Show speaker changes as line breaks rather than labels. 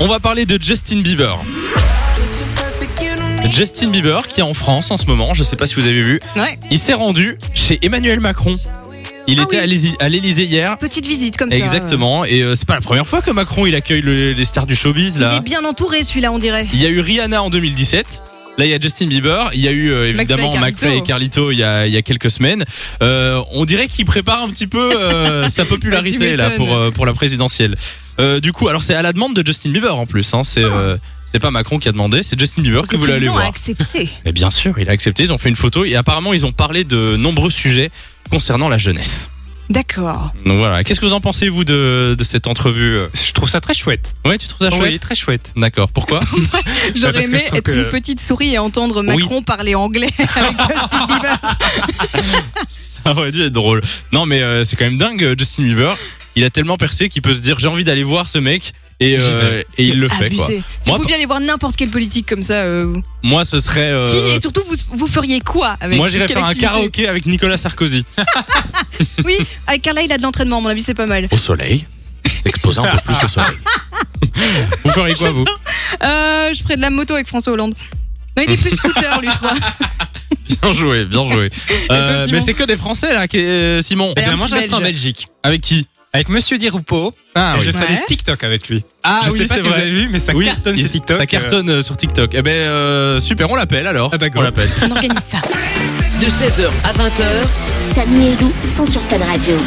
On va parler de Justin Bieber. Justin Bieber qui est en France en ce moment, je sais pas si vous avez vu,
Ouais.
il s'est rendu chez Emmanuel Macron. Il
Ah
était
oui.
à l'Élysée- à l'Élysée hier.
Petite visite comme ça.
Exactement, et euh, c'est pas la première fois que Macron il accueille le- les stars du showbiz
Il est
là.
bien entouré celui-là, on dirait.
Il y a eu Rihanna en 2017. Là, il y a Justin Bieber. Il y a eu euh, évidemment
McFly et Carlito.
McFly et Carlito il y a, il y a quelques semaines. Euh, on dirait qu'il prépare un petit peu euh, sa
Bah,
popularité
tu
là
m'étonnes.
pour euh, pour la présidentielle. Euh, du coup, alors c'est à la demande de Justin Bieber en plus. Hein, c'est euh, c'est pas Macron qui a demandé, c'est Justin Bieber que
Le
vous allez
président a
voir.
accepté.
Mais bien sûr, il a accepté. Ils ont fait une photo et apparemment ils ont parlé de nombreux sujets concernant la jeunesse.
D'accord.
Donc voilà. Qu'est-ce que vous en pensez vous de, de cette entrevue euh
Je trouve ça très chouette.
Ouais, tu trouves ça chouette
Oui, très chouette.
D'accord. Pourquoi
Bah,
J'aurais
parce que
aimé
je trouve
être
que-
une petite souris et entendre
Oui.
Macron parler anglais avec Justin Bieber.
Ça aurait dû être drôle. Non, mais euh, c'est quand même dingue, euh, Justin Bieber. Il a tellement percé qu'il peut se dire j'ai envie d'aller voir ce mec et,
J'y
euh, et il le fait quoi.
Abusé. Si
Moi,
vous pouviez aller voir n'importe quelle politique comme ça, euh,
Moi, ce serait. euh,
qui et surtout vous, vous feriez quoi avec
moi, j'irais
quelle
faire un
activité
karaoké avec Nicolas Sarkozy.
Oui, avec Carla, il a de l'entraînement, à mon avis, c'est pas mal.
Au soleil. S'exposer un peu plus au soleil. vous feriez quoi, vous
Euh, je ferai de la moto avec François Hollande. Non, il est plus scooter, lui, je crois.
Bien joué, bien joué. Euh,
toi, Simon
mais c'est que des Français, là, qui- euh, Simon.
Eh
un
bien, moi,
petit
je reste en
Belge.
Belgique.
Avec qui
Avec Monsieur Di Rupo,
Ah,
et je fais
Ouais.
des TikTok avec lui.
Ah,
je
oui,
sais pas
c'est
si vous
vrai.
avez vu, mais ça
Oui,
cartonne
il-
sur TikTok.
Ça cartonne euh, sur TikTok. Eh ben, euh, super, on l'appelle alors.
Ah bah,
on
go.
l'appelle.
On organise ça.
De 16h à 20h,
Samy et Lou sont sur Fan Radio.